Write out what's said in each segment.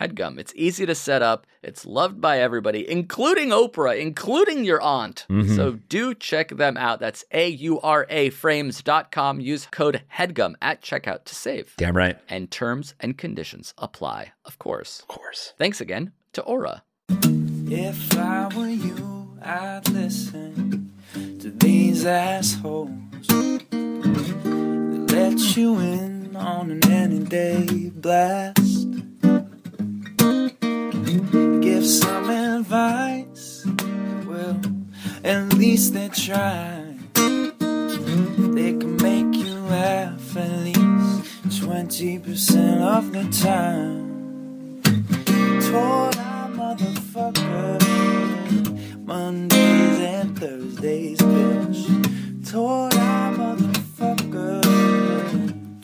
HEADGUM. It's easy to set up, it's loved by everybody, including Oprah, including your aunt. So do check them out. That's A U R A frames.com. Use code HEADGUM at checkout to save. Damn right. And terms and conditions apply, of course. Of course. Thanks again to Aura. If I were you, I'd listen to these assholes. They let you in on an any day blast. Give some advice, well, at least they try. They can make you laugh at least 20% of the time tore out motherfucker. Mondays and Thursdays, bitch. Tore out motherfucker.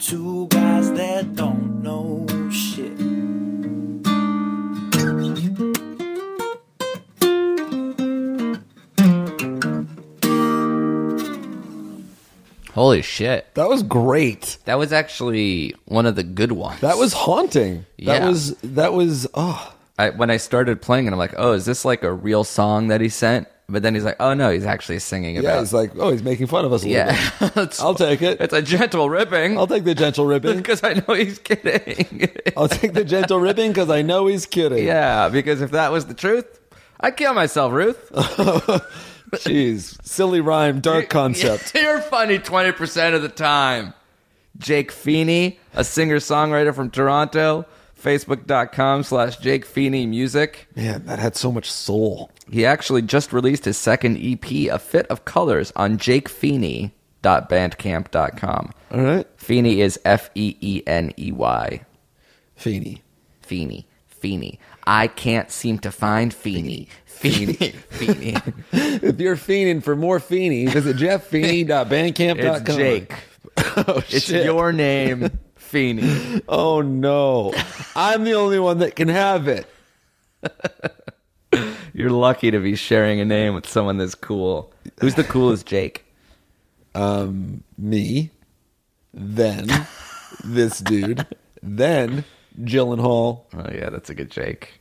Two guys that don't know shit. Holy shit. That was great. That was actually one of the good ones. That was haunting. Yeah. That was that was oh I, when I started playing it, I'm like, oh, is this like a real song that he sent? But then he's like, oh no, he's actually singing yeah, about. it's like oh he's making fun of us a little bit. it's, I'll take it. it's a gentle ripping I'll take the gentle ribbing. because I know he's kidding. I'll take the gentle ribbing because I know he's kidding. yeah, because if that was the truth, I kill myself, Ruth. Jeez. Silly rhyme, dark concept. You're funny 20% of the time. Jake Feeney, a singer songwriter from Toronto, facebook.com slash Jake Feeney Music. Man, that had so much soul. He actually just released his second EP, A Fit of Colors, on jakefeeney.bandcamp.com. All right. Feeney is F E E N E Y. Feeney. Feeney. Feeney. I can't seem to find Feeney. Feeney. Feeney. If you're fiending for more Feeney, visit jefffeeney.bandcamp.com. It's Jake. Oh, It's shit. your name, Feeney. Oh, no. I'm the only one that can have it. You're lucky to be sharing a name with someone that's cool. Who's the coolest Jake? me, then this dude, then Gyllenhaal. Oh, yeah, that's a good Jake.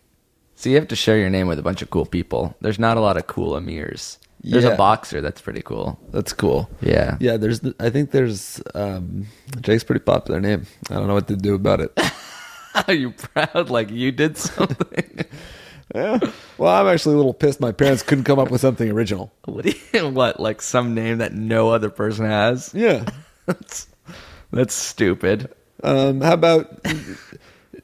So you have to share your name with a bunch of cool people. There's not a lot of cool Emirs. There's Yeah. a boxer that's pretty cool. That's cool. Yeah. Yeah, there's I think there's um Jake's pretty popular name. I don't know what to do about it. Are you proud like you did something? well, I'm actually a little pissed my parents couldn't come up with something original. what, do you, what, like some name that no other person has? Yeah. that's, that's stupid. Um how about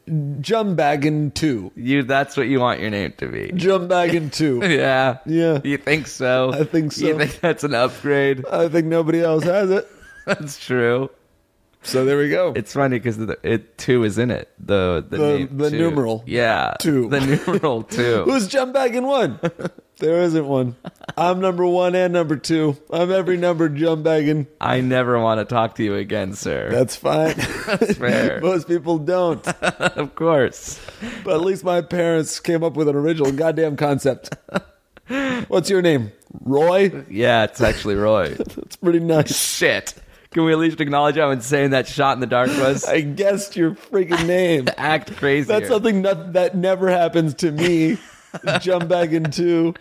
Jumbaggin 2? You that's what you want your name to be. Jumbaggin 2. Yeah. Yeah. You think so? I think You so. think that's an upgrade? I think nobody else has it. That's true. So there we go. It's funny because it two is in it. The the, The- name the two. numeral. Yeah. Two. The numeral two. Who's Jumbaggin 1? There isn't one. I'm number 1 and number 2. I'm every number Jumbaggin. I never want to talk to you again, sir. That's fine. That's fair. Most people don't. of course. But at least my parents came up with an original goddamn concept. What's your name? Roy? Yeah, it's actually Roy. That's pretty nice. Shit. Can we at least acknowledge how insane that shot in the dark was? I guessed your freaking name. Act crazy. That's something not, that never happens to me. Jump back in two.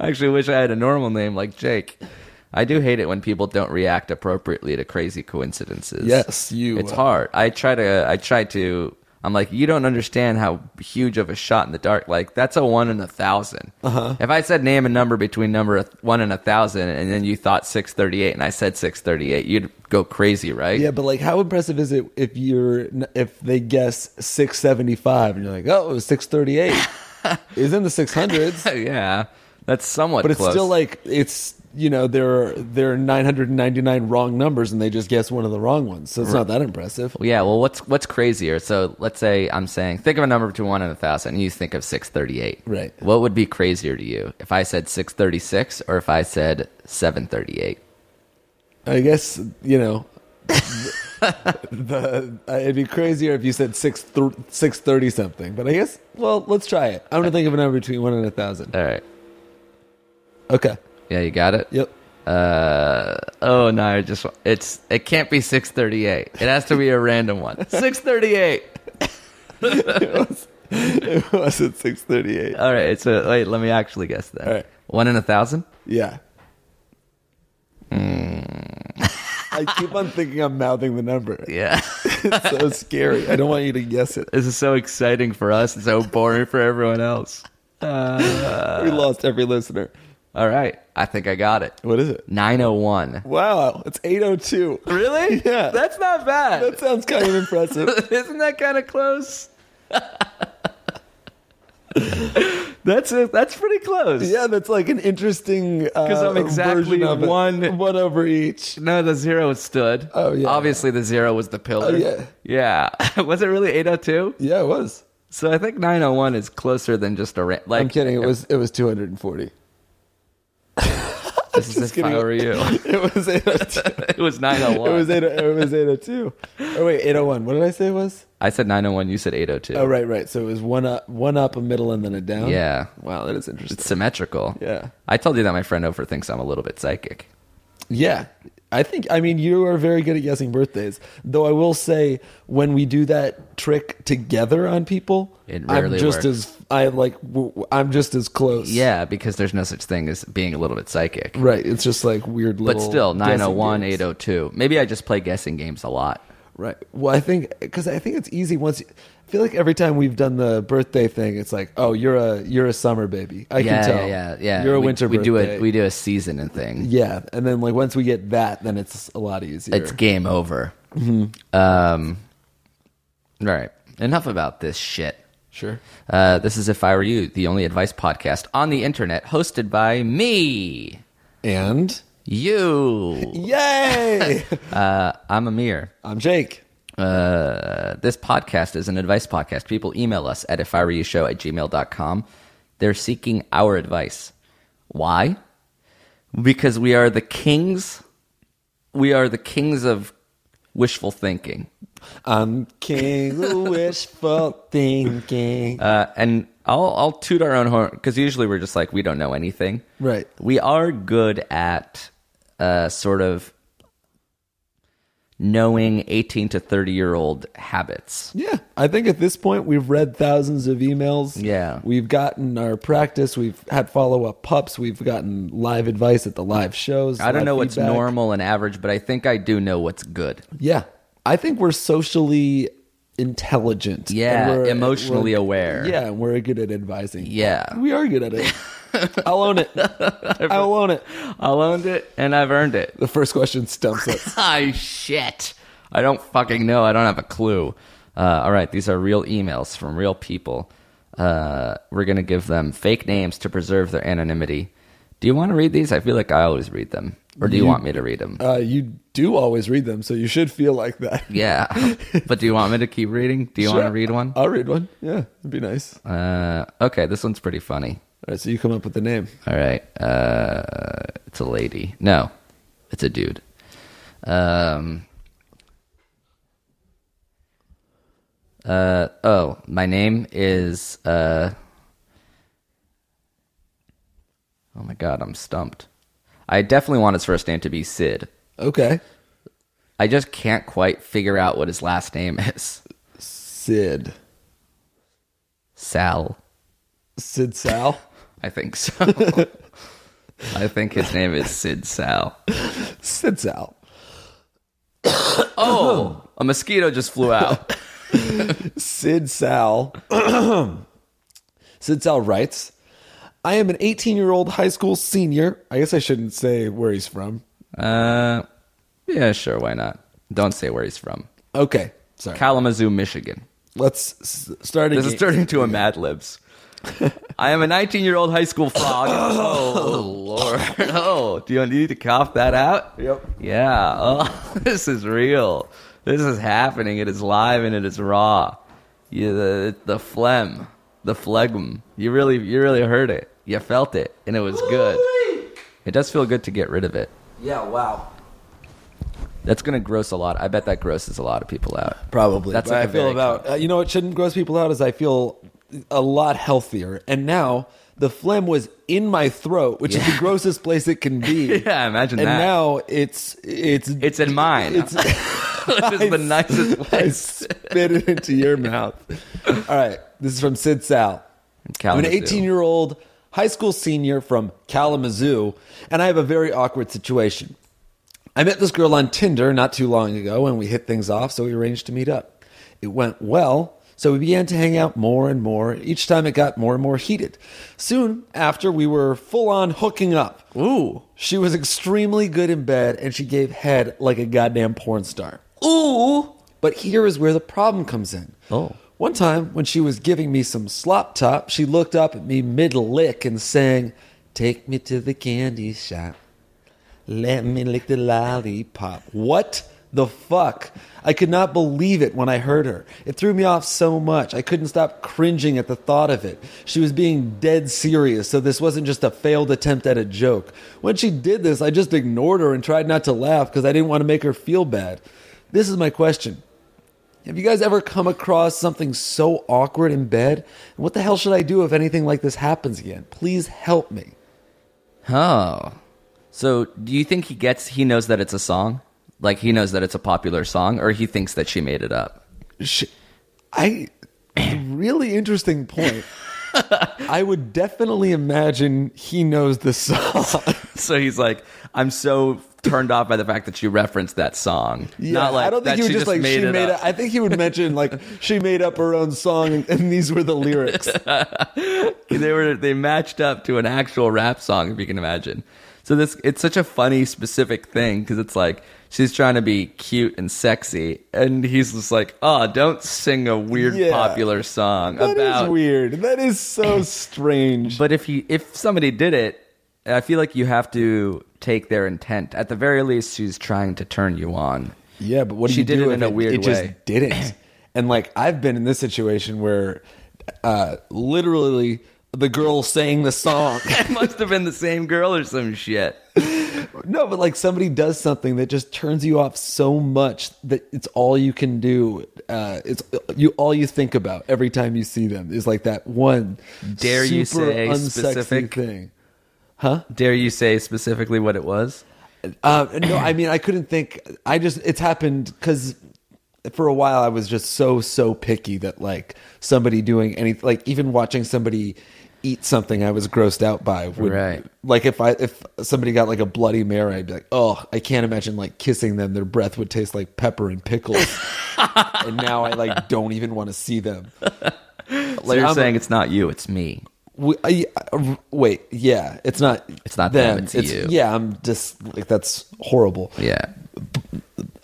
I actually wish I had a normal name like Jake. I do hate it when people don't react appropriately to crazy coincidences. Yes, you, It's uh, hard. I try to. I try to. I'm like, you don't understand how huge of a shot in the dark. Like that's a one in a 1000 Uh-huh. If I said name and number between number one and a thousand, and then you thought six thirty eight, and I said six thirty eight, you'd go crazy, right? Yeah, but like, how impressive is it if you're if they guess six seventy five and you're like, oh, it was six thirty eight. It's in the six hundreds, yeah. That's somewhat. but it's close. still like it's you know there are there are nine hundred and ninety nine wrong numbers and they just guess one of the wrong ones, so it's not that impressive. Well, Yeah, well, what's what's crazier? So let's say I'm saying think of a number between one and a thousand, and you think of six thirty eight. Right. What would be crazier to you if I said six thirty six or if I said seven thirty eight? I guess you know. the, the- it'd be crazier if you said six th- six thirty something, but I guess well, let's try it. I'm gonna think of a number between one and a thousand. All right. Okay. Yeah, you got it. Yep. Uh oh no, I just it's it can't be six thirty eight. It has to be a random one. Six thirty eight. it was at six thirty eight. All right. So wait, let me actually guess that. All right. One in a thousand. Yeah. I keep on thinking I'm mouthing the number. Yeah. It's so scary. I don't want you to guess it. this is so exciting for us and so boring for everyone else. we lost every listener. All right. I think I got it. What is it? Nine oh one. Wow, it's eight oh two. Really? Yeah. That's not bad. That sounds kind of impressive. Isn't that kind of close? that's it. That's pretty close. Yeah, that's like an interesting uh, because I'm exactly one- one over each. No, the zero stood. Oh, yeah. Obviously, the zero was the pillar. Oh, yeah. Yeah. was it really 802? Yeah, it was. So I think 901 is closer than just a ra- like. I'm kidding. It was it was 240. This is just if kidding. I were you. It was 802. it was It 901. was, 80, it was 802. Oh, wait, 801. What did I say it was? I said 901. You said 802. Oh, right, right. So it was one up, one up, a middle, and then a down? Yeah. Wow, that is interesting. It's symmetrical. Yeah. I told you that my friend over thinks I'm a little bit psychic. Yeah. I think I mean you are very good at guessing birthdays. Though I will say when we do that trick together on people, It I'm rarely just works. as I like w- w- I'm just as close. Yeah, because there's no such thing as being a little bit psychic. Right. It's just like weird little But still, guessing 901, games. 802. Maybe I just play guessing games a lot. Right. Well, I think because I think it's easy once. You, I feel like every time we've done the birthday thing, it's like, oh, you're a you're a summer baby. I yeah, can tell. yeah, yeah, yeah. You're a we, winter. We do birthday. it. We do a season and thing. Yeah, and then like once we get that, then it's a lot easier. It's game over. Mm-hmm. Um, all right. Enough about this shit. sure. Uh, this is if I were you, the only advice podcast on the internet, hosted by me, And you. yay! Uh, I'm Amir. I'm Jake. Uh, this podcast is an advice podcast. People email us at if I were you show at gmail.com. They're seeking our advice. Why? Because we are the kings. We are the kings of wishful thinking. I'm king of wishful thinking. Uh, and I'll, I'll toot our own horn because usually we're just like, we don't know anything. Right. We are good at uh, sort of knowing 18 to 30 year old habits. Yeah, I think at this point we've read thousands of emails. Yeah. We've gotten our practice. We've had follow up pups. We've gotten live advice at the live shows. I don't live know what's feedback. normal and average, but I think I do know what's good. Yeah. I think we're socially intelligent. Yeah, And we're- emotionally we're- aware. Yeah, and we're good at advising. Yeah. We are good at it. I'll own it. I'll own it. I'll owned it and I've earned it. The first question stumps us. oh shit i don't fucking know i don't have a clue uh, all right these are real emails from real people uh, we're gonna give them fake names to preserve their anonymity do you want to read these i feel like i always read them or do you, want me to read them Uh, you do always read them, so you should feel like that. yeah but do you want me to keep reading do you want to Sure. read one I'll read one. Yeah, it'd be nice. All uh, okay this one's pretty funny right, so you come up with the name. all right uh, it's a lady no it's a dude um Uh, oh, my name is. Uh, oh my god, I'm stumped. I definitely want his first name to be Sid. Okay. I just can't quite figure out what his last name is. Sid. Sal. Sid Sal. I think so. I think his name is Sid Sal. Sid Sal. Oh, a mosquito just flew out. Sid Sal. Sid Sal writes, I am an 18 year old high school senior. I guess I shouldn't say where he's from. Uh, yeah, sure, why not? Don't say where he's from. Okay. Sorry. Kalamazoo, Michigan. Let's s- start again. This is turning into a Mad Libs. I am a 19 year old high school frog. Oh, Lord. Oh, do you need to cough that out? Yep. Yeah. Oh, this is real. This is happening. It is live and it is raw. You, the, the phlegm, the phlegm. You really, you really heard it. You felt it, and it was good. It does feel good to get rid of it. yeah, wow. That's gonna gross a lot. I bet that grosses a lot of people out. Probably. That's But like I a feel very about. Uh, you know what shouldn't gross people out is I feel a lot healthier. And now the phlegm was in my throat, which is the grossest place it can be. Yeah, imagine And that. now it's it's it's in mine. it's this is the nicest I place. spit it into your mouth. All right, this is from Sid Sal. I'm an Kalamazoo. 18 year old high school senior from Kalamazoo, and I have a very awkward situation. I met this girl on Tinder not too long ago, and we hit things off, so we arranged to meet up. It went well, so we began to hang out more and more. Each time it got more and more heated. Soon after, we were full on hooking up. Ooh. She was extremely good in bed, and she gave head like a goddamn porn star. Ooh. But here is where the problem comes in. Oh. One time, when she was giving me some slop top, she looked up at me mid lick and sang, Take me to the candy shop. Let me lick the lollipop. What the fuck? I could not believe it when I heard her. It threw me off so much. I couldn't stop cringing at the thought of it. She was being dead serious, so this wasn't just a failed attempt at a joke. When she did this, I just ignored her and tried not to laugh because I didn't want to make her feel bad. This is my question. Have you guys ever come across something so awkward in bed? And what the hell should I do if anything like this happens again? Please help me. Oh. So do you think he gets he knows that it's a song? Like he knows that it's a popular song or he thinks that she made it up? Sh- I really interesting point. I would definitely imagine he knows the song. So he's like, I'm so turned off by the fact that you referenced that song. Not like I don't think he that would she just like she made up. I think he would mention like she made up her own song and, and these were the lyrics. they were they matched up to an actual rap song if you can imagine so this it's such a funny specific thing because it's like she's trying to be cute and sexy and he's just like oh don't sing a weird Yeah. popular song That is about weird. That is so strange. but if he if somebody did it i feel like you have to take their intent at the very least she's trying to turn you on Yeah, but what do She you did do if it in a weird it just way. didn't? and like I've been in this situation where, uh, literally the girl sang the song. it must have been the same girl or some shit no, but like somebody does something that just turns you off so much that it's all you can do. Uh, it's you all you think about every time you see them is like that one Dare you super say unsexy specific? thing. dare you say specifically what it was Uh, no, I mean, I couldn't think. I just, it's happened because for a while I was just so, so picky that like somebody doing anything, like even watching somebody eat something I was grossed out by. Would, Right. Like if I, if somebody got like a Bloody Mary, I'd be like, oh, I can't imagine like kissing them. Their breath would taste like pepper and pickles. and now I like don't even want to see them. so you're I'm a- saying it's not you it's me W I I- wait, yeah, it's not. It's not them, it's you. Yeah, I'm just like that's horrible. yeah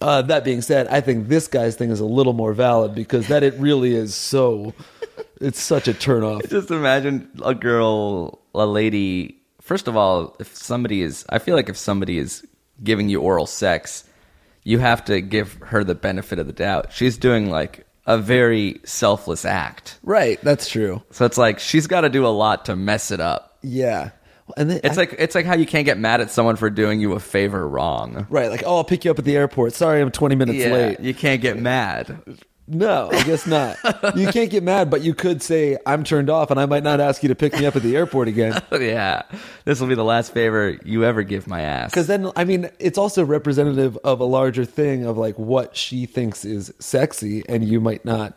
Uh, that being said, I think this guy's thing is a little more valid because that it really is so. It's such a turnoff. just imagine a girl, a lady. First of all, if somebody is, I feel like if somebody is giving you oral sex, you have to give her the benefit of the doubt. She's doing like a very selfless act. Right, that's true. So it's like she's got to do a lot to mess it up. Yeah, and then, It's I- like it's like how you can't get mad at someone for doing you a favor wrong. right, like oh, I'll pick you up at the airport. Sorry, I'm 20 minutes yeah, late. you can't get mad. No, I guess not. you can't get mad, but you could say, I'm turned off and I might not ask you to pick me up at the airport again. yeah, this will be the last favor you ever give my ass. Because then, I mean, it's also representative of a larger thing of like what she thinks is sexy, and you might not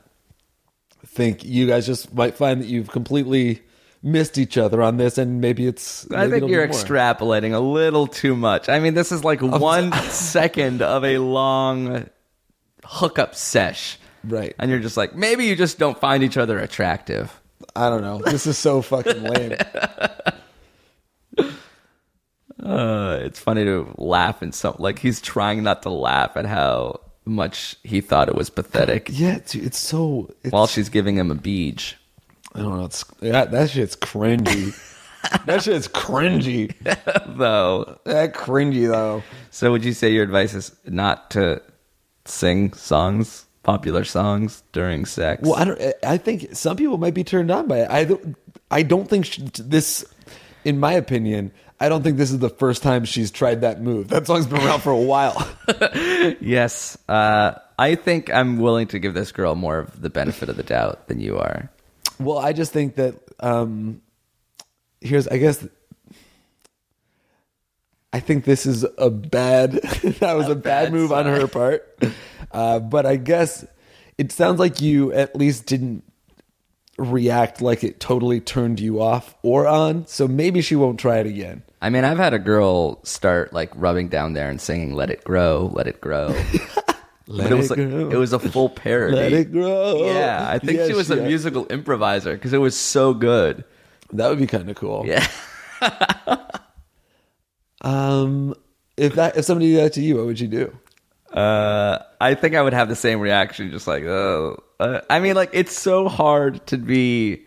think you guys just might find that you've completely missed each other on this, and maybe it's. I maybe think it'll you're be more. extrapolating a little too much. I mean, this is like one second of a long hookup sesh. Right. And you're just like, maybe you just don't find each other attractive. I don't know. This is so fucking lame. Uh, it's funny to laugh and some like he's trying not to laugh at how much he thought it was pathetic yeah, dude, it's so. It's, while she's giving him a beach. I don't know. It's yeah, that shit's cringy. that shit's cringy. Though, That cringy though. so would you say your advice is not to sing songs, popular songs during sex? Well, I don't. I- I think some people might be turned on by it. I don't. I don't think sh this, in my opinion, I don't think this is the first time she's tried that move. That song's been around for a while. Yes, uh, I think I'm willing to give this girl more of the benefit of the doubt than you are. well, I just think that um, here's. I guess. I think this is a bad. that was a, bad, bad move on sign. her part. Uh, but I guess it sounds like you at least didn't react like it totally turned you off or on. So maybe she won't try it again. I mean, I've had a girl start like rubbing down there and singing "Let It Grow, Let It Grow," but it was like, grow. it was a full parody. Let it grow. Yeah, I think Yeah, she was a yeah. musical improviser because it was so good. That would be kind of cool. Yeah. Um, if that if somebody did that to you, what would you do? Uh, I think I would have the same reaction, just like, oh. Uh, I mean, like, it's so hard to be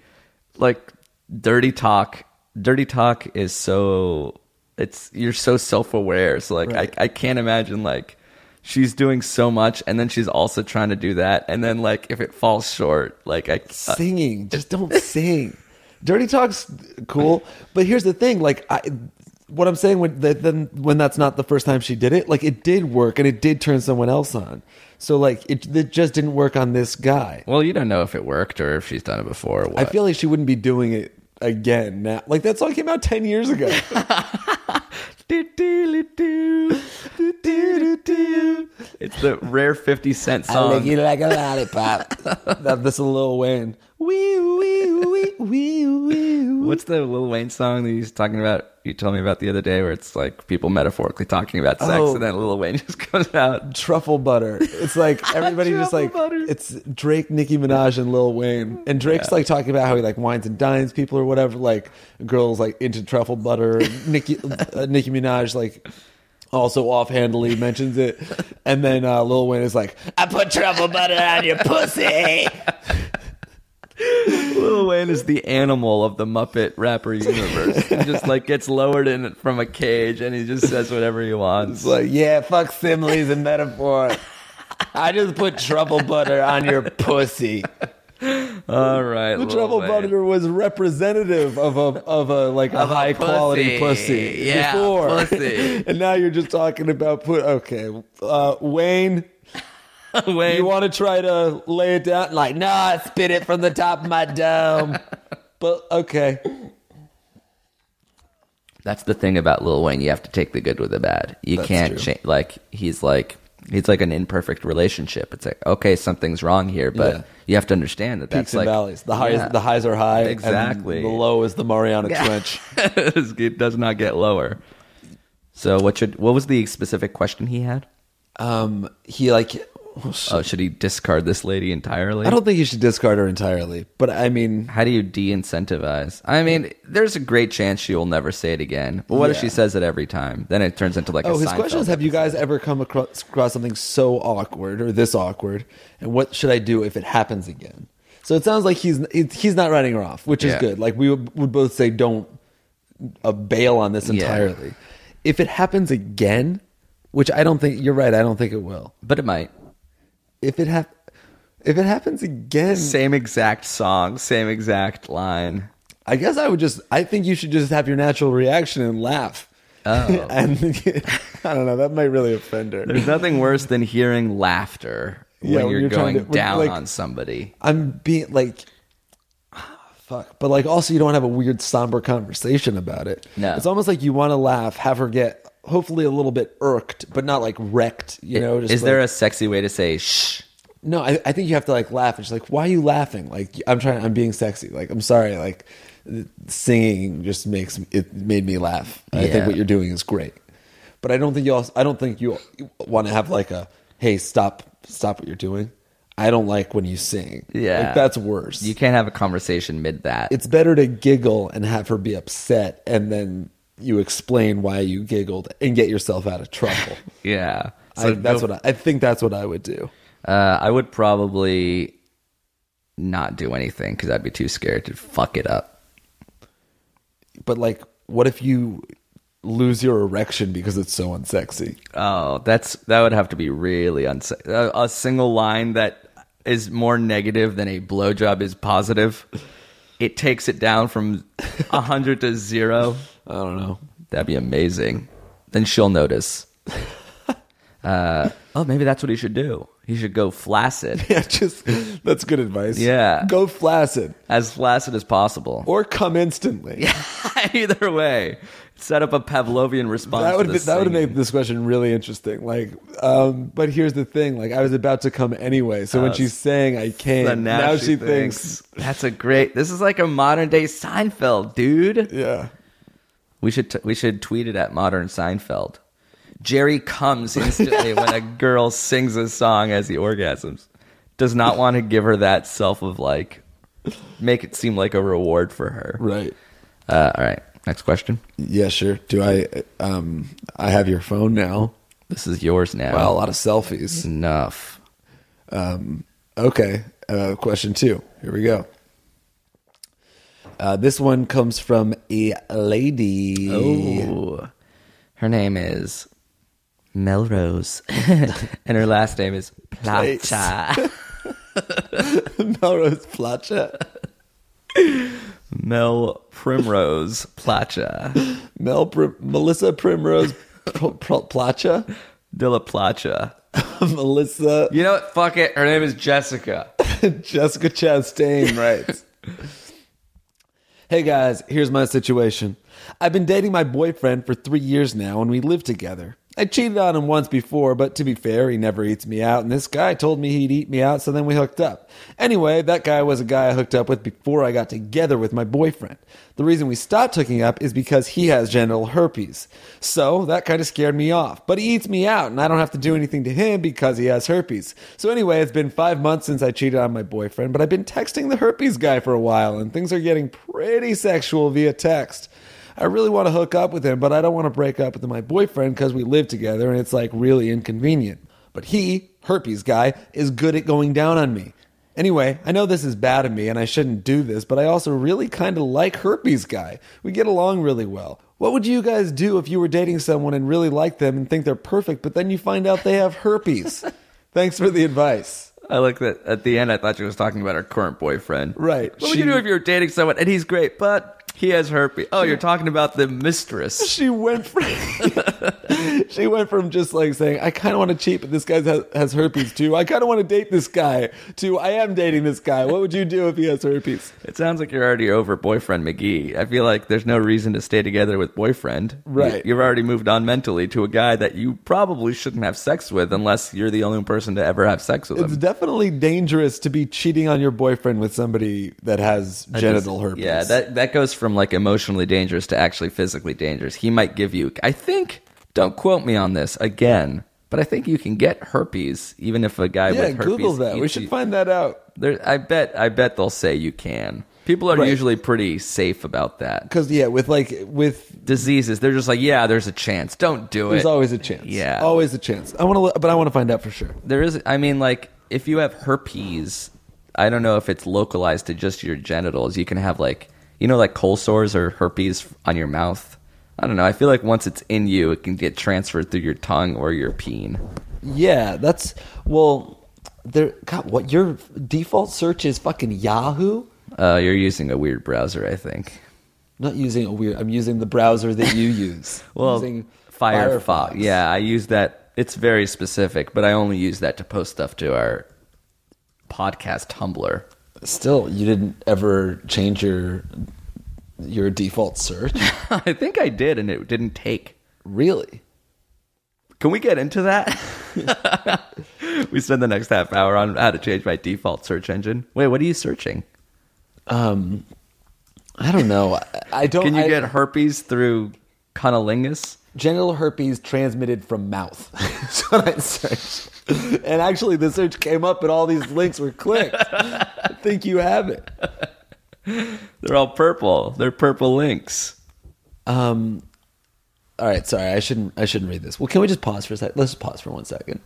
like dirty talk. Dirty talk is so, it's, you're so self aware. So, like, Right. I, I can't imagine, like, she's doing so much and then she's also trying to do that. And then, like, if it falls short, like, I, uh, Singing. Just don't sing. Dirty talk's cool, but here's the thing. Like I, what I'm saying when that then when that's not the first time she did it, like it did work and it did turn someone else on. So like it, it just didn't work on this guy. well, you don't know if it worked or if she's done it before. Or what. I feel like she wouldn't be doing it again now. Like that song came out ten years ago. it's the rare 50 cent song. like a lollipop. that, this is Lil Wayne. Wee wee wee wee wee. wee. What's the Lil Wayne song that he's talking about? You told me about the other day where it's like people metaphorically talking about sex, Oh. and then Lil Wayne just comes out. Truffle butter. It's like everybody just Truffle like butter. it's Drake, Nicki Minaj, and Lil Wayne. And Drake's like talking about how he like wines and dines people or whatever. Like girls like into truffle butter. Nicki uh, Nicki Minaj like also offhandedly mentions it, and then uh, Lil Wayne is like, "I put truffle butter on your pussy." Lil Wayne is the animal of the Muppet rapper universe. he just like gets lowered in from a cage, and he just says whatever he wants. It's like, yeah, fuck similes and metaphor. I just put truffle butter on your pussy. All right, The Lil truffle Wayne. butter was representative of a of a like a a high quality pussy. pussy Yeah, before, pussy. and now you're just talking about put. Okay, uh, Wayne, Wayne. you want to try to lay it down? Like, no, I spit it from the top of my dome. But okay, That's the thing about Lil Wayne. You have to take the good with the bad. You That's can't true. change. Like he's like he's like an imperfect relationship. It's like okay, something's wrong here, but Yeah. you have to understand that peaks that's and like valleys. The highs, Yeah. the highs are high. and Exactly. the low is the Mariana Yeah. Trench. it does not get lower. So what should what was the specific question he had? Um, he like. oh, shit. Oh, should he discard this lady entirely? I don't think you should discard her entirely, but I mean, How do you de-incentivize? I mean, there's a great chance she will never say it again. But what if Yeah. she says it every time? Then it turns into like oh, a his Seinfeld question is: Have you guys ever come across, across something so awkward or this awkward, and what should I do if it happens again? So it sounds like he's it- he's not writing her off, which Yeah. is good. Like we would, would both say, don't uh, bail on this Yeah. entirely. If it happens again, which I don't think you're right, I don't think it will. but it might. If it hap- if it happens again, Same exact song, same exact line. I guess I would just. I think you should just have your natural reaction and laugh. Oh. and I don't know. That might really offend her. There's nothing worse than hearing laughter when Yeah, when you're, you're trying going to- when, down like- on somebody. I'm being like, fuck. But like, also, you don't have a weird, somber conversation about it. No. It's almost like you want to laugh, have her get hopefully a little bit irked, but not like wrecked, you know? Just Is there like- a sexy way to say shh? No, I, I think you have to like laugh. And she's like, why are you laughing? Like, I'm trying, I'm being sexy. Like, I'm sorry. Like, singing just makes it made me laugh. I Yeah. think what you're doing is great. But I don't think you also, I don't think you want to have like a, hey, stop, stop what you're doing. I don't like when you sing. Yeah. Like, that's worse You can't have a conversation mid that. it's better to giggle and have her be upset and then you explain why you giggled and get yourself out of trouble. yeah. I, that's what I, I think that's what I would do. Uh, I would probably not do anything because I'd be too scared to fuck it up. But like what if you lose your erection because it's so unsexy? Oh, that's that would have to be really unsafe. A, a single line that is more negative than a blowjob is positive. It takes it down from a hundred to zero. I don't know. That'd be amazing. Then she'll notice. Uh, oh, maybe that's what he should do. He should go flaccid, Yeah, just that's good advice. Yeah. Go flaccid as flaccid as possible. or come instantly. Either way, set up a Pavlovian response. That to would the be, that would singing. make this question really interesting. Like, um, but here's the thing: like, I was about to come anyway, so when she's saying I came, But now, she, thinks, that's a great. This is like a modern day Seinfeld, dude. yeah, We should t- we should tweet it at modern Seinfeld. Jerry comes instantly when a girl sings a song as he orgasms. Does not want to give her that self of like make it seem like a reward for her. right. Uh, all right, next question. Yeah, sure. Do I? Um, I have your phone now. This is yours now. Wow, a lot of selfies. enough. Okay. Uh, question two. Here we go. Uh, this one comes from a lady. Ooh. Her name is Melrose, and her last name is Plata. Melrose Placha. Mel Primrose Plata. Mel Prim- Melissa Primrose P- Pl- Placha. De la Plata. Melissa You know what? Fuck it. Her name is Jessica. Jessica Chastain writes Hey guys, here's my situation. I've been dating my boyfriend for three years now and we live together. I cheated on him once before, but to be fair, he never eats me out, and this guy told me he'd eat me out, so then we hooked up. Anyway, that guy was a guy I hooked up with before I got together with my boyfriend. The reason we stopped hooking up is because he has genital herpes. So that kind of scared me off. But he eats me out, and I don't have to do anything to him because he has herpes. So anyway, it's been five months since I cheated on my boyfriend, but I've been texting the herpes guy for a while, and things are getting pretty sexual via text. I really want to hook up with him, but I don't want to break up with my boyfriend because we live together and it's like really inconvenient. But he, herpes guy, is good at going down on me. Anyway, I know this is bad of me and I shouldn't do this, but I also really kind of like herpes guy. We get along really well. What would you guys do if you were dating someone and really like them and think they're perfect, but then you find out they have herpes? Thanks for the advice. I like that. At the end, I thought she was talking about her current boyfriend. Right. What would you She- do if you were dating someone and he's great, but he has herpes? Oh, you're talking about the mistress. She went from she went from just like saying, "I kind of want to cheat, but this guy has, has herpes too. I kind of want to date this guy to I am dating this guy. What would you do if he has herpes?" It sounds like you're already over boyfriend McGee. I feel like there's no reason to stay together with boyfriend. Right. You, have already moved on mentally to a guy that you probably shouldn't have sex with unless you're the only person to ever have sex with It's him. definitely dangerous to be cheating on your boyfriend with somebody that has genital herpes. Yeah, that that goes from like emotionally dangerous to actually physically dangerous. He might give you I think don't quote me on this again, but I think you can get herpes even if a guy yeah. with herpes Google that. We eats should you. find that out There, I bet I bet they'll say you can. People are Right. usually pretty safe about that. because yeah, with like with Diseases, they're just like, yeah, there's a chance. Don't do it. there's always a chance. Yeah. always a chance. I want to, but I want to find out for sure. There is. I mean, like, if you have herpes, I don't know if it's localized to just your genitals. You can have like, you know, like cold sores or herpes on your mouth. I don't know. I feel like once it's in you, it can get transferred through your tongue or your peen. Yeah, that's well. There, God, what your default search is? Fucking Yahoo. Uh, you're using a weird browser, I think. I'm not using a weird. I'm using the browser that you use. Well, using Firefox. Yeah, I use that. It's very specific, but I only use that to post stuff to our podcast Tumblr. Still, you didn't ever change your your default search? I think I did, and it didn't take. really? Can we get into that? we spend the next half hour on how to change my default search engine. Wait, what are you searching? Um I don't know. I, I don't Can you Oh, I- get herpes through cunnilingus? genital herpes transmitted from mouth. That's what I searched. And actually, the search came up, and all these links were clicked. I think you have it. They're all purple. They're purple links. Um, all right, sorry, I shouldn't. I shouldn't read this. Well, can we just pause for a second? Let's just pause for one second.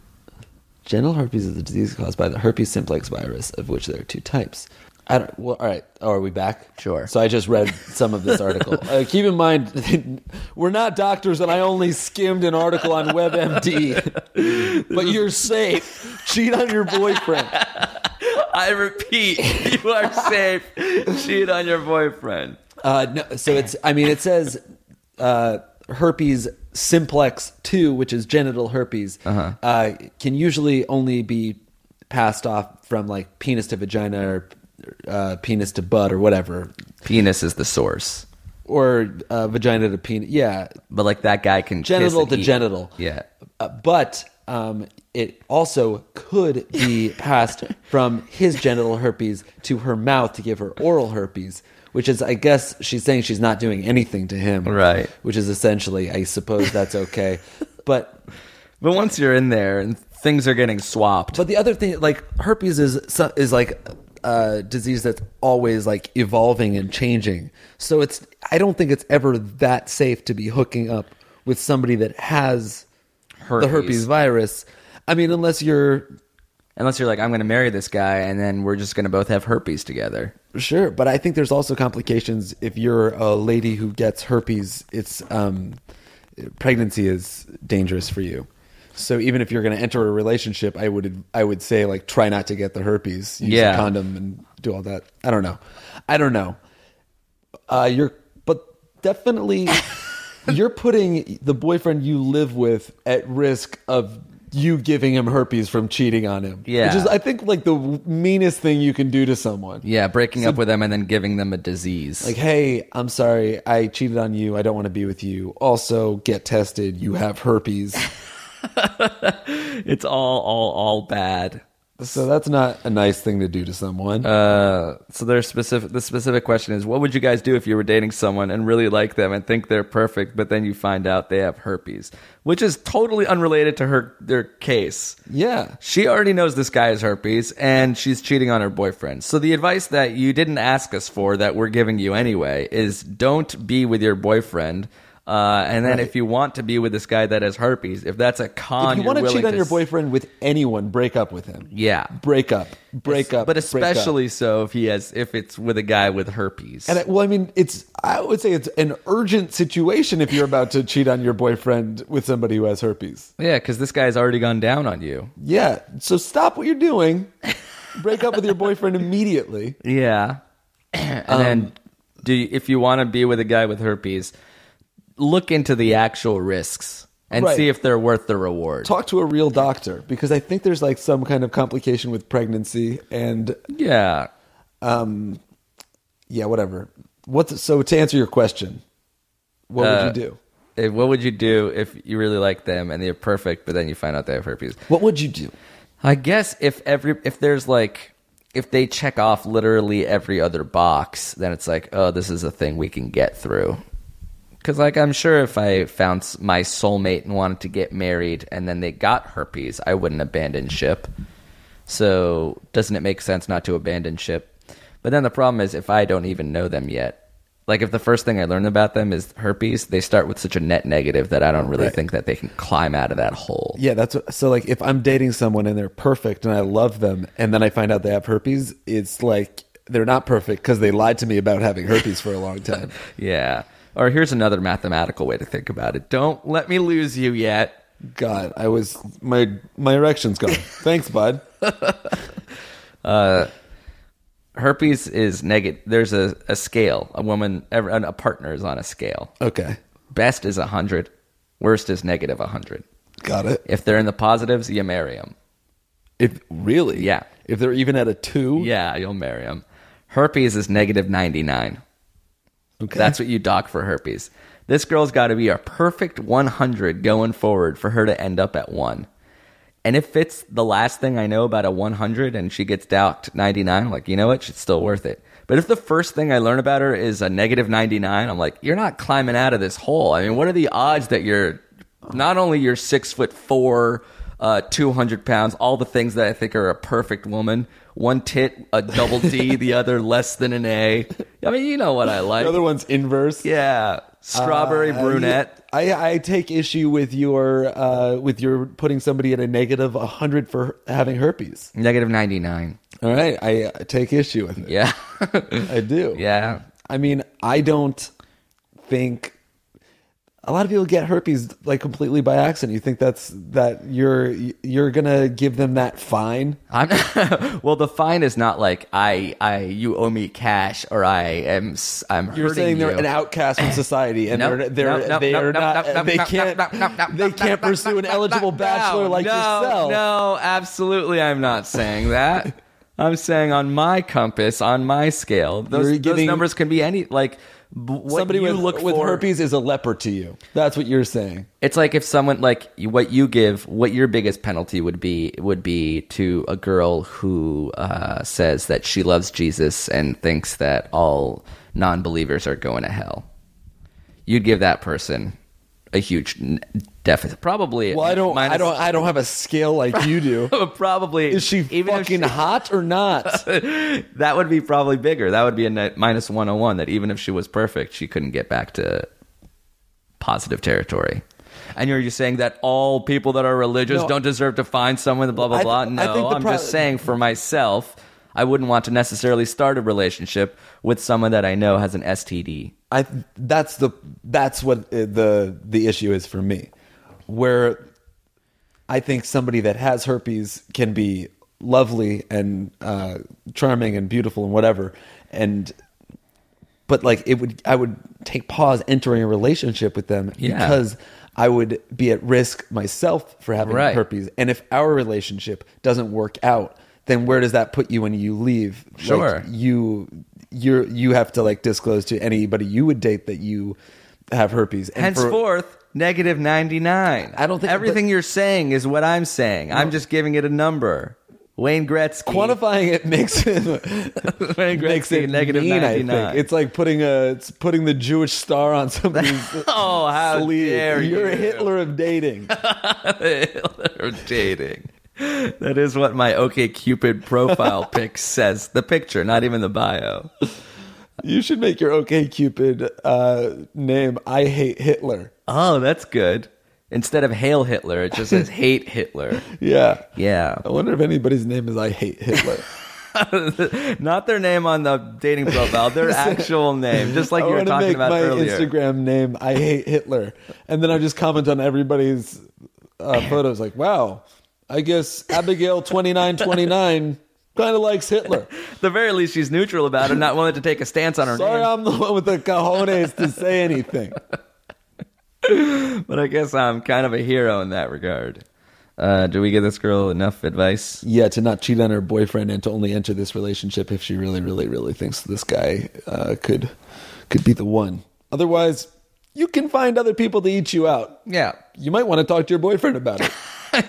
Genital herpes is a disease caused by the herpes simplex virus, of which there are two types. I don't. Well, all right. Oh, are we back? Sure. So I just read some of this article. uh, keep in mind, we're not doctors, and I only skimmed an article on WebMD. but you're safe. Cheat on your boyfriend. I repeat, you are safe. Cheat on your boyfriend. Uh, no, so it's. I mean, it says uh, herpes simplex two, which is genital herpes, uh can usually only be passed off from like penis to vagina or uh, penis to butt or whatever, Penis is the source. or uh, vagina to penis. Yeah, But like that guy can kiss genital and to eat. genital. Yeah. Uh, but um, it also could be passed from his genital herpes to her mouth to give her oral herpes, which is, I guess, she's saying she's not doing anything to him. Right. Which is essentially, I suppose that's okay. but. But once you're in there and things are getting swapped, But the other thing, like herpes, is so- is like a disease that's always like evolving and changing. So it's I don't think it's ever that safe to be hooking up with somebody that has Herpes. the herpes virus. I mean, unless you're unless you're like, I'm going to marry this guy and then we're just going to both have herpes together. sure, but I think there's also complications if you're a lady who gets herpes. It's um, pregnancy is dangerous for you. So even if you're going to enter a relationship, I would I would say like try not to get the herpes. Use Yeah. a condom and do all that. I don't know. I don't know. Uh, you're but definitely you're putting the boyfriend you live with at risk of you giving him herpes from cheating on him. Yeah. which is I think like the meanest thing you can do to someone. Yeah, breaking up with them and then giving them a disease. Like, hey, I'm sorry, I cheated on you. I don't want to be with you. Also, get tested. You have herpes. it's all, all, all bad. so that's not a nice thing to do to someone. Uh, so their specific the specific question is, what would you guys do if you were dating someone and really like them and think they're perfect, but then you find out they have herpes, which is totally unrelated to her their case. yeah. She already knows this guy has herpes and she's cheating on her boyfriend. So the advice that you didn't ask us for that we're giving you anyway is don't be with your boyfriend. Uh, and then if you want to be with this guy that has herpes, if that's a con, If you you're want to willing cheat on your s- boyfriend with anyone, break up with him. yeah, Break up. Break up. But break up. especially so if he has if it's with a guy with herpes. And I, well, I mean, it's I would say it's an urgent situation if you're about to cheat on your boyfriend with somebody who has herpes. Yeah, because this guy's already gone down on you. Yeah. So stop what you're doing. Break up with your boyfriend immediately. Yeah, Um, and then do you, if you want to be with a guy with herpes, look into the actual risks and Right. see if they're worth the reward. Talk to a real doctor because I think there's like some kind of complication with pregnancy and yeah, yeah, whatever. What's so to answer your question, what Uh, would you do? If- what would you do if you really like them and they're perfect, but then you find out they have herpes? What would you do? I guess if every if there's like if they check off literally every other box, then it's like, oh, this is a thing we can get through. Because like I'm sure if I found s- my soulmate and wanted to get married, and then they got herpes, I wouldn't abandon ship. So doesn't it make sense not to abandon ship? But then the problem is if I don't even know them yet. Like if the first thing I learn about them is herpes, they start with such a net negative that I don't really think that they can climb out of that hole. Yeah, that's what, so like if I'm dating someone and they're perfect and I love them and then I find out they have herpes, it's like they're not perfect because they lied to me about having herpes for a long time. Yeah. Or here's another mathematical way to think about it. Don't let me lose you yet. God, I was my my erection's gone. Thanks, bud. Herpes is negative. There's a, a scale. A woman, ev- a partner is on a scale. Okay, Best is 100. Worst is negative 100. got it. If they're in the positives, you marry them. If really, Yeah. If they're even at a two, Yeah, you'll marry him. Herpes is negative 99. Okay. That's what you dock for herpes. This girl's got to be a perfect 100 going forward for her to end up at one. And if it's the last thing I know about a 100 and she gets docked 99, like, you know what? She's still worth it. But if the first thing I learn about her is a negative 99, I'm like, you're not climbing out of this hole. I mean, what are the odds that you're not only you're six foot four, uh, 200 pounds, all the things that I think are a perfect woman, one tit, a double D, the other less than an A. I mean, you know what I like. The other one's inverse. yeah. Strawberry Uh, brunette. I, I take issue with your uh, with your putting somebody at a negative 100 for having herpes. Negative 99. All right, I uh, take issue with it. Yeah. I do. yeah. I mean, I don't think a lot of people get herpes like completely by accident. You think that's that you're you're gonna give them that fine? I'm well. The fine is not like I, I, you owe me cash, or I am, s- I'm. You're hurting saying they're you. an outcast from society, and Nope, they're they're nope, nope, they are nope, not nope, nope, they nope, can't nope, nope, nope, they nope, can't nope, pursue nope, an nope, eligible nope, bachelor no, like no, yourself. No, absolutely, I'm not saying that. I'm saying on my compass, on my scale, those, You're those giving- numbers can be any like b- what Somebody you with, look with for. herpes is a leper to you. That's what you're saying. It's like if someone like you- what you give, what your biggest penalty would be would be to a girl who uh, says that she loves Jesus and thinks that all non-believers are going to hell. You'd give that person a huge n- deficit, probably. Well, I don't, minus- I don't, I don't have a scale like you do. probably Is she even if fucking hot or not? that would be probably bigger. That would be a net minus 101 that even if she was perfect, she couldn't get back to positive territory. And you're you saying that all people that are religious No. don't deserve to find someone, blah, blah, I- blah. I No, think the I'm pro- just saying for myself, I wouldn't want to necessarily start a relationship with someone that I know has an STD. I that's the that's what uh, the the issue is for me, where I think somebody that has herpes can be lovely and uh, charming and beautiful and whatever, and but like it would I would take pause entering a relationship with them Yeah. because I would be at risk myself for having Right. herpes, and if our relationship doesn't work out. Then where does that put you when you leave? Like, Sure. you you're you have to like disclose to anybody you would date that you have herpes. And for, Henceforth, negative 99. I don't think- everything but- you're saying is what I'm saying. I'm just giving it a number. Wayne Gretzky. quantifying it makes it Wayne makes it Gretzky, negative mean, I 99. think. It's like putting a it's putting the Jewish star on somebody's Oh, how sleeve. dare You're a you. Hitler of dating. or dating. That is what my OK Cupid profile pic says. The picture, not even the bio. you should make your OK Cupid uh, name I hate Hitler. Oh, that's good. Instead of Hail Hitler, it just says Hate Hitler. Yeah. Yeah. I wonder if anybody's name is I hate Hitler. not their name on the dating profile, their actual name, just like I you were wanna talking make about my earlier. Instagram name I hate Hitler, and then I just comment on everybody's uh, photos like, "Wow, I guess Abigail twenty nine twenty nine kind of likes Hitler." At the very least, she's neutral about it, not willing to take a stance on her Sorry, name. I'm the one with the cojones to say anything. But I guess I'm kind of a hero in that regard. Uh, do we give this girl enough advice? Yeah, to not cheat on her boyfriend and to only enter this relationship if she really, really, really thinks this guy uh, could could be the one. Otherwise, you can find other people to eat you out. Yeah. You might want to talk to your boyfriend about it.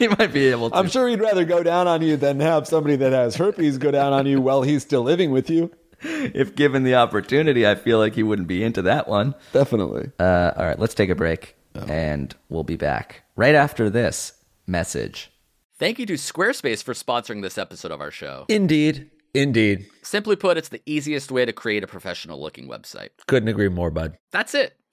you might be able to. I'm sure he'd rather go down on you than have somebody that has herpes go down on you while he's still living with you. if given the opportunity, I feel like he wouldn't be into that one. Definitely. Uh, all right, let's take a break and we'll be back right after this message. Thank you to Squarespace for sponsoring this episode of our show. Indeed. Indeed. Simply put, it's the easiest way to create a professional looking website. Couldn't agree more, bud. That's it.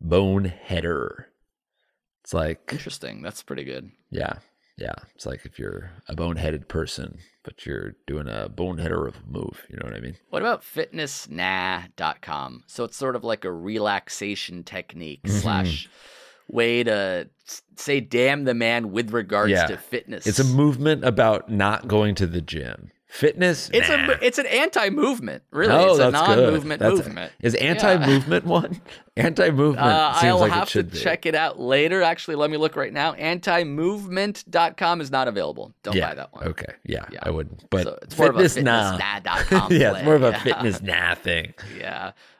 Boneheader. It's like, Interesting. That's pretty good. yeah. Yeah, it's like if you're a boneheaded person, but you're doing a boneheader of a move. You know what I mean? What about fitnessnah.com? So it's sort of like a relaxation technique Mm-hmm. slash way to s- say damn the man with regards Yeah. to fitness. It's a movement about not going to the gym. Fitness. it's Nah. a it's an anti movement, really. Oh, it's a that's good. non-movement That's- movement. Is anti-movement one? Anti-movement Uh, seems I'll like have it to should be. check it out later. Actually, let me look right now. Antimovement.com is not available. Don't yeah. buy that one. Okay. Yeah, Yeah. I wouldn't. But so it's more fitness of a nah. fitnessnah.com. yeah, it's play. more of a Yeah. fitness nah thing. Yeah.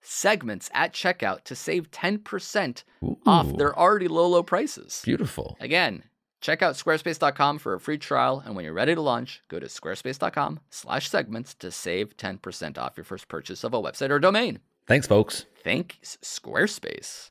segments at checkout to save 10% off Ooh. their already low, low prices. Beautiful. Again, check out squarespace.com for a free trial. And when you're ready to launch, go to squarespace.com slash segments to save 10% off your first purchase of a website or domain. Thanks, folks. Thanks, Squarespace.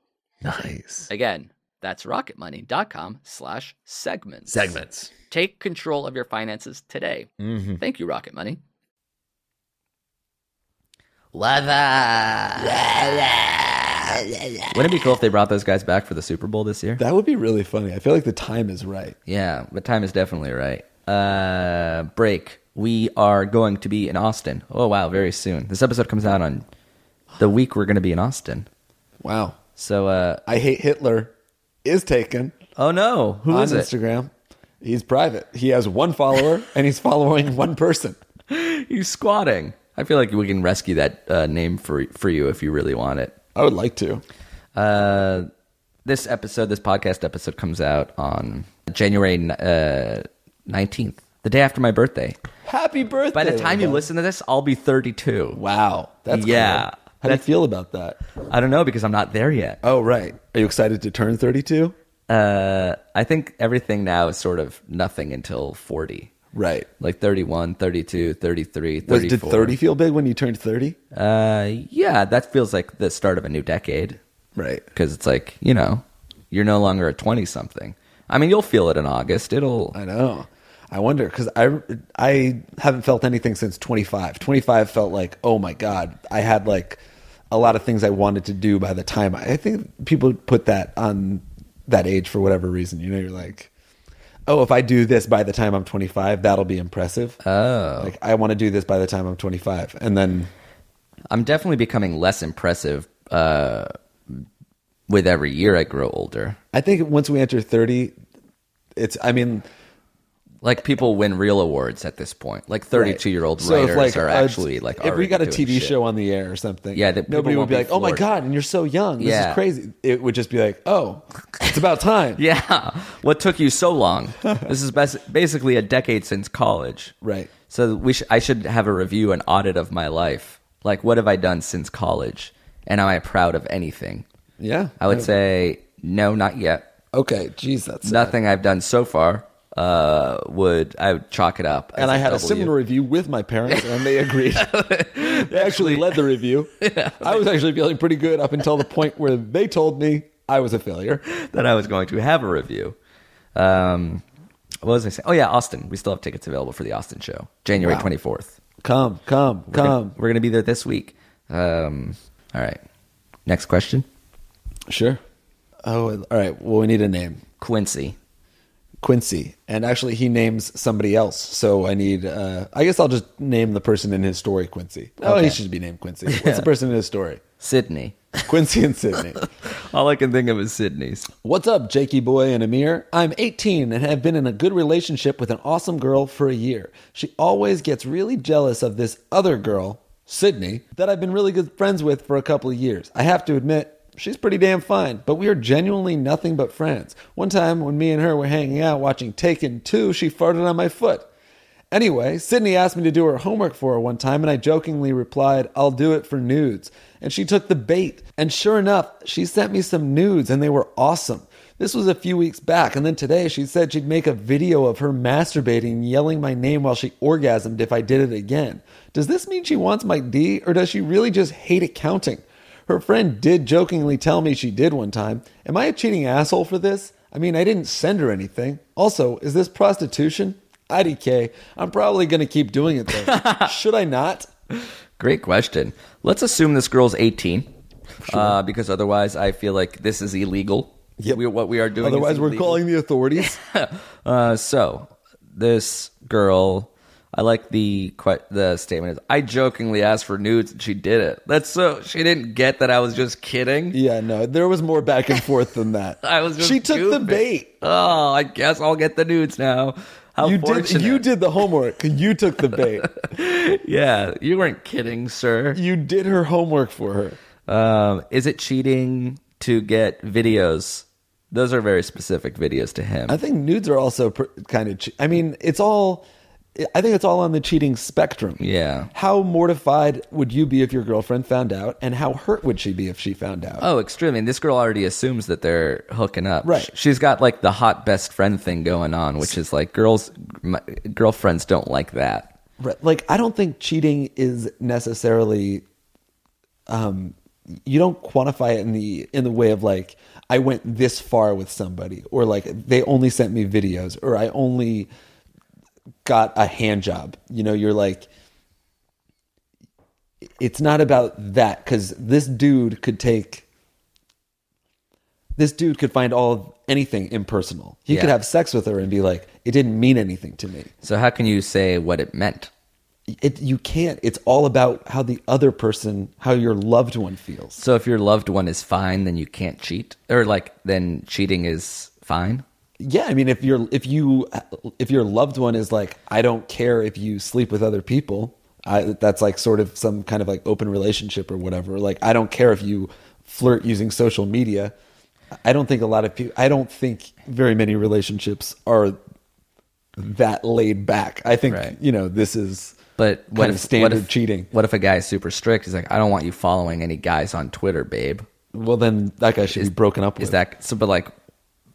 nice. Again, that's rocketmoney.com slash segments. Segments. Take control of your finances today. Thank you, Rocket Money. Wouldn't it be cool if they brought those guys back for the Super Bowl this year? That would be really funny. I feel like the time is right. Yeah, but time is definitely right. Uh, break. We are going to be in Austin. Oh wow, very soon. This episode comes out on the week we're going to be in Austin. Wow. So, uh, I hate Hitler is taken oh no, who on is it? Instagram. He's private. He has one follower and he's following one person. He's squatting. I feel like we can rescue that uh, name for for you if you really want it. I would like to. Uh, this episode, this podcast episode, comes out on January uh, nineteenth, the day after my birthday. Happy birthday. By the time you Levi. listen to this, I'll be thirty-two. Wow. That's Yeah. cool. How do you feel about that? I don't know because I'm not there yet. Oh, right. Are you excited to turn 32? Uh, I think everything now is sort of nothing until 40. Right. Like 31, 32, 33, Was, 34. did 30 feel big when you turned 30? Uh, yeah, that feels like the start of a new decade. Right. Because it's like, you know, you're no longer a 20 something. I mean, you'll feel it in August. It'll. I know. I wonder because I, I haven't felt anything since 25. 25 felt like, oh my God, I had like a lot of things I wanted to do by the time. I, I think people put that on that age for whatever reason. You know, you're like, oh, if I do this by the time I'm 25, that'll be impressive. Oh. Like, I want to do this by the time I'm 25. And then, I'm definitely becoming less impressive uh, with every year I grow older. I think once we enter 30, it's, I mean, Like people win real awards at this point. Like thirty-two-year-old So if writers like are a- actually like if we already got a doing TV shit. show on the air or something, Yeah, that people nobody would won't be be like, "Oh my floored." god, and you're so young. This Yeah. is crazy." It would just be like, "Oh, it's about time." Yeah. What took you so long? this is bas- basically a decade since college. Right. So we sh- I should have a review, an audit of my life. Like, what have I done since college? And am I proud of anything? Yeah. I would say, no, not yet. Okay. Jeez, that's sad. Nothing I've done so far uh, would, I would chalk it up. as And I had a W. similar review with my parents, and they agreed. they actually led the review. I was actually feeling pretty good up until the point where they told me I was a failure. that I was going to have a review. Um, what was I saying? Oh, yeah, Austin. We still have tickets available for the Austin show, January 24th. Come, come, We're gonna- come. We're going to be there this week. Um, all right. Next question. Sure. Oh, all right. Well, we need a name. Quincy. Quincy, and actually he names somebody else. So I need. Uh, I guess I'll just name the person in his story Quincy. Oh, he should be named Quincy. What's the person in his story? Sydney. Quincy and Sydney. All I can think of is Sydney's. What's up, Jakey boy and Amir? I'm 18 and have been in a good relationship with an awesome girl for a year. She always gets really jealous of this other girl, Sydney, that I've been really good friends with for a couple of years. I have to admit, she's pretty damn fine, but we are genuinely nothing but friends. One time when me and her were hanging out watching Taken 2, she farted on my foot. Anyway, Sydney asked me to do her homework for her one time, and I jokingly replied, I'll do it for nudes. And she took the bait. And sure enough, she sent me some nudes, and they were awesome. This was a few weeks back, and then today she said she'd make a video of her masturbating, and yelling my name while she orgasmed if I did it again. Does this mean she wants my D, or does she really just hate accounting? Her friend did jokingly tell me she did one time. Am I a cheating asshole for this? I mean, I didn't send her anything. Also, is this prostitution? IDK. I'm probably going to keep doing it though. Should I not? Great question. Let's assume this girl's 18, uh, because otherwise I feel like this is illegal. We- what we are doing. is Otherwise, we're illegal. calling the authorities. Uh, so this girl, I like the que- the statement is I jokingly asked for nudes and she did it. That's so she didn't get that I was just kidding. yeah, no, there was more back and forth than that. I was. Just she took the goofing. bait. Oh, I guess I'll get the nudes now. How You fortunate. did. You did the homework. You took the bait. Yeah, you weren't kidding, sir. you did her homework for her. Um, is it cheating to get videos? Those are very specific videos to him. I think nudes are also pr- kind of. Che- I mean, it's all. I think it's all on the cheating spectrum. Yeah. How mortified would you be if your girlfriend found out, and how hurt would she be if she found out? Oh, extremely. And this girl already assumes that they're hooking up. Right. She's got like the hot best friend thing going on, which is like girls, my, girlfriends don't like that. Right. Like, I don't think cheating is necessarily. Um, you don't quantify it in the in the way of like I went this far with somebody, or like they only sent me videos, or I only got a hand job. You know, you're like. It's not about that because this dude could take this dude could find all anything impersonal. He could Yeah. have sex with her and be like, "It didn't mean anything to me." So how can you say what it meant? it you can't it's all about how the other person how your loved one feels So if your loved one is fine, then you can't cheat, or like then cheating is fine. yeah i mean if you're if you if your loved one is like i don't care if you sleep with other people I, that's like sort of some kind of like open relationship or whatever like i don't care if you flirt using social media i don't think a lot of people i don't think very many relationships are that laid back i think Right. you know this is But what Kind of if standard what if, cheating. What if a guy's super strict? He's like, I don't want you following any guys on Twitter, babe. well then that guy should be broken up with Is that so? But like,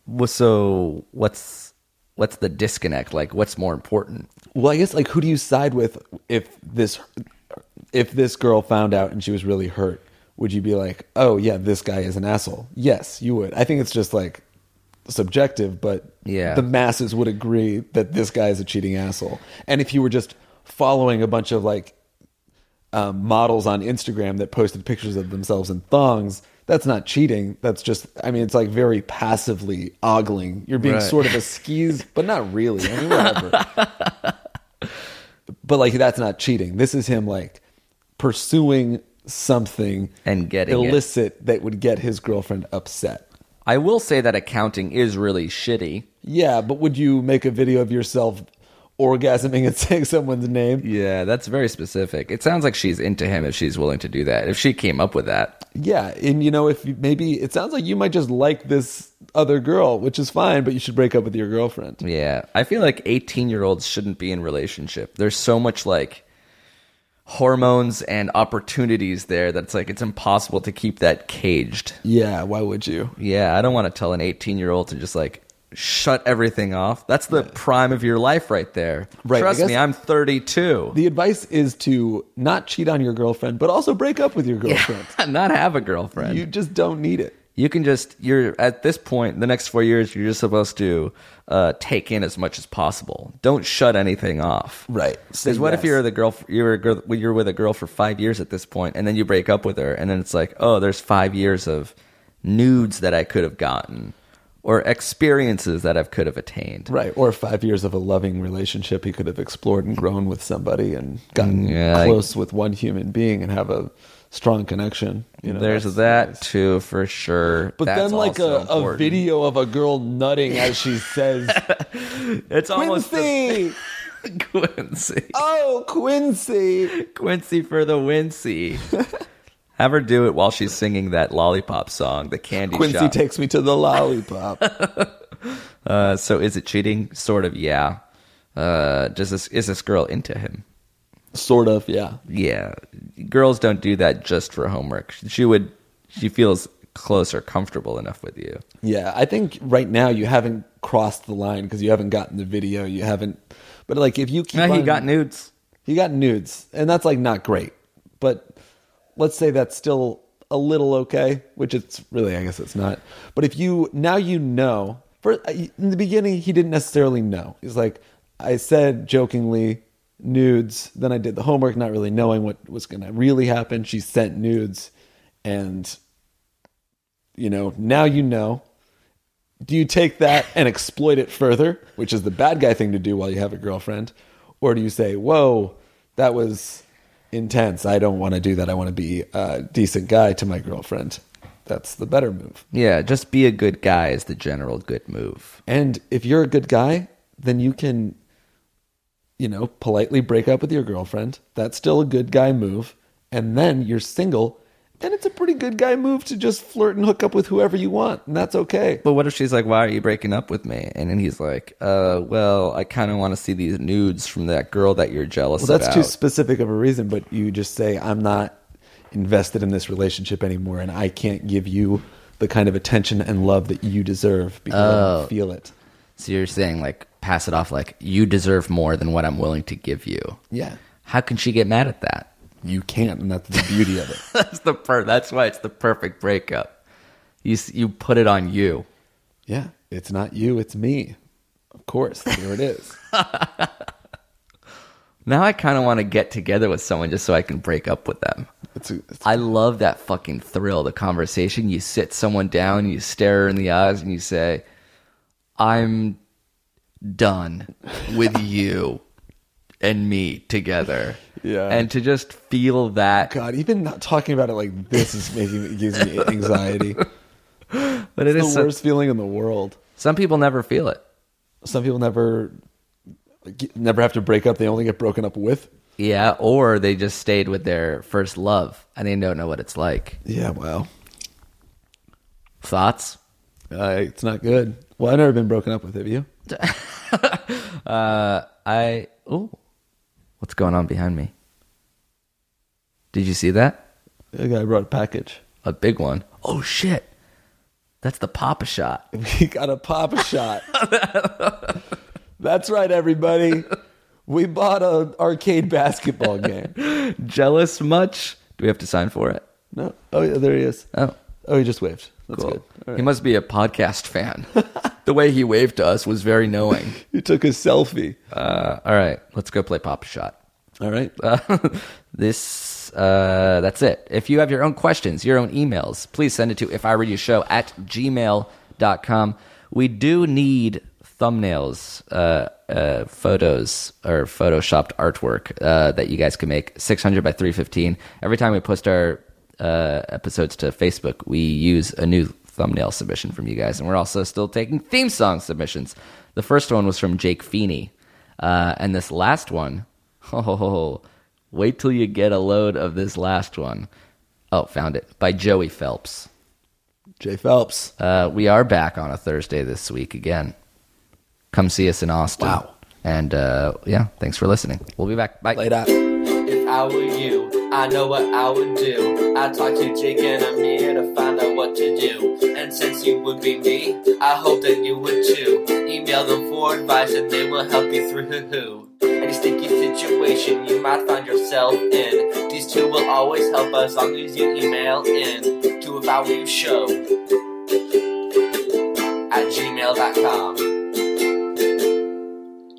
wha- so what's what's the disconnect? Like, what's more important? Well, I guess like who do you side with if this if this girl found out and she was really hurt? Would you be like, "Oh yeah, this guy is an asshole"? Yes, you would. I think it's just like subjective, but Yeah. the masses would agree that this guy is a cheating asshole. And if you were just following a bunch of like um, models on Instagram that posted pictures of themselves in thongs, that's not cheating. That's just, I mean, it's like very passively ogling. You're being sort of a skis, but not really. I mean, whatever. but like, that's not cheating. This is him like pursuing something And getting it. illicit that would get his girlfriend upset. I will say that accounting is really shitty. Yeah, but would you make a video of yourself orgasming and saying someone's name. Yeah, that's very specific. It sounds like she's into him if she's willing to do that. If she came up with that, Yeah, and you know if you, maybe it sounds like you might just like this other girl, which is fine, but you should break up with your girlfriend. yeah, I feel like eighteen-year-olds shouldn't be in relationship. There's so much like hormones and opportunities there that's like it's impossible to keep that caged. Yeah, why would you? Yeah, I don't want to tell an 18 year old to just like shut everything off. That's the prime of your life right there. Right, I Trust guess- me, I'm 32. The advice is to not cheat on your girlfriend, but also break up with your girlfriend. Not have a girlfriend. You You, just don't need it. can just, you're at this point, the next four years, you're just supposed to uh, take in as much as possible. Don't shut anything off. Right. Say Because what if yes. you're the girl? You're a girl, you're with a girl for five years at this point, and then you break up with her, and then it's like, oh, there's five years of nudes that I could have gotten, or experiences that I could have attained. Right, or five years of a loving relationship he could have explored and grown with somebody and gotten Mm, Yeah, I- close with one human being and have a strong connection. You know, There's that's that nice. too, for sure. But then, That's like a, also a important. video of a girl nutting as she says, It's almost the- "Quincy, Quincy. oh Quincy." Quincy for the Wincy. Have her do it while she's singing that lollipop song, the candy Quincy shop. takes me to the lollipop. uh, so is it cheating? Sort of, yeah. Uh, does this is this girl into him? sort of, yeah. Yeah, girls don't do that just for homework. She would. She feels close or comfortable enough with you. Yeah, I think right now you haven't crossed the line because you haven't gotten the video. You haven't, but like if you keep No, he on- got nudes. he got nudes, and that's like not great. But let's say that's still a little okay, which it's really, I guess it's not. But if you now you know, for uh, in the beginning he didn't necessarily know. He's like, I said jokingly nudes, then I did the homework, not really knowing what was going to really happen. She sent nudes, and you know now you know. Do you take that and exploit it further, which is the bad guy thing to do while you have a girlfriend? Or do you say, whoa, that was intense. I don't want to do that. I want to be a decent guy to my girlfriend. That's the better move. Yeah, just be a good guy is the general good move. And if you're a good guy, then you can, you know, politely break up with your girlfriend. That's still a good guy move. And then you're single. Then it's a pretty good guy move to just flirt and hook up with whoever you want. And that's okay. But what if she's like, "Why are you breaking up with me?" And then he's like, "Uh, well, I kind of want to see these nudes from that girl that you're jealous Well, that's about." too specific of a reason, but you just say, I'm not invested in this relationship anymore, and I can't give you the kind of attention and love that you deserve because I don't feel it. so you're saying like, pass it off like you deserve more than what I'm willing to give you. Yeah. How can she get mad at that? You can't, and that's the beauty of it. that's the per. That's why it's the perfect breakup. You s- you put it on you. Yeah. It's not you, it's me. Of course. Here it is. Now I kind of want to get together with someone just so I can break up with them. It's, it's, I love that fucking thrill, the conversation. You sit someone down, you stare her in the eyes, and you say, I'm done with you and me together. Yeah. And to just feel that. God, even not talking about it like this is making it gives me anxiety. but it It's is the so- worst feeling in the world. some people never feel it. Some people never never have to break up. They only get broken up with. Yeah. Or they just stayed with their first love and they don't know what it's like. Yeah, wow. Thoughts? Uh, it's not good. Well, I've never been broken up with. Have you? I. Oh. What's going on behind me? Did you see that? A guy brought a package. a big one. Oh shit. That's the Papa shot. We got a Papa shot. That's right, everybody. We bought an arcade basketball game. Jealous much? Do we have to sign for it? No. Oh, yeah, there he is. Oh, Oh, he just waved. That's cool. good. All right. He must be a podcast fan. the way he waved to us was very knowing. He took a selfie. Uh, all right, let's go play Papa shot. All right. Uh, this uh, that's it. If you have your own questions, your own emails, please send it to if I read you show at gmail.com. We do need thumbnails, uh, uh, photos, or photoshopped artwork uh, that you guys can make 600 by 315. Every time we post our uh, episodes to Facebook, we use a new thumbnail submission from you guys. And we're also still taking theme song submissions. The first one was from Jake Feeney. Uh, and this last one, oh, wait till you get a load of this last one. Oh, found it by Joey Phelps. Jay Phelps. Uh, we are back on a Thursday this week again. Come see us in Austin. Wow. And uh, yeah, thanks for listening. We'll be back. Bye. Laid out. If I were you, I know what I would do. I talk to Jake and Amir to find out what to do. And since you would be me, I hope that you would too. Email them for advice and they will help you through any sticky situation you might find yourself in. These two will always help as long as you email in to if I were you show at gmail.com.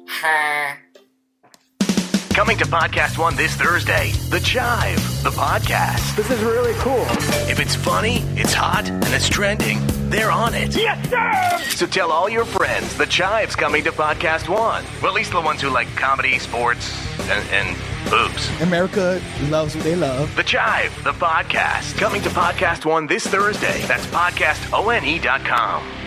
Ha. Coming to Podcast One this Thursday, The Chive, the podcast. This is really cool. If it's funny, it's hot, and it's trending, they're on it. Yes, sir! So tell all your friends The Chive's coming to Podcast One. Well, at least the ones who like comedy, sports, and, and boobs. America loves what they love. The Chive, E the podcast. Coming to Podcast One this Thursday. That's podcastone.com.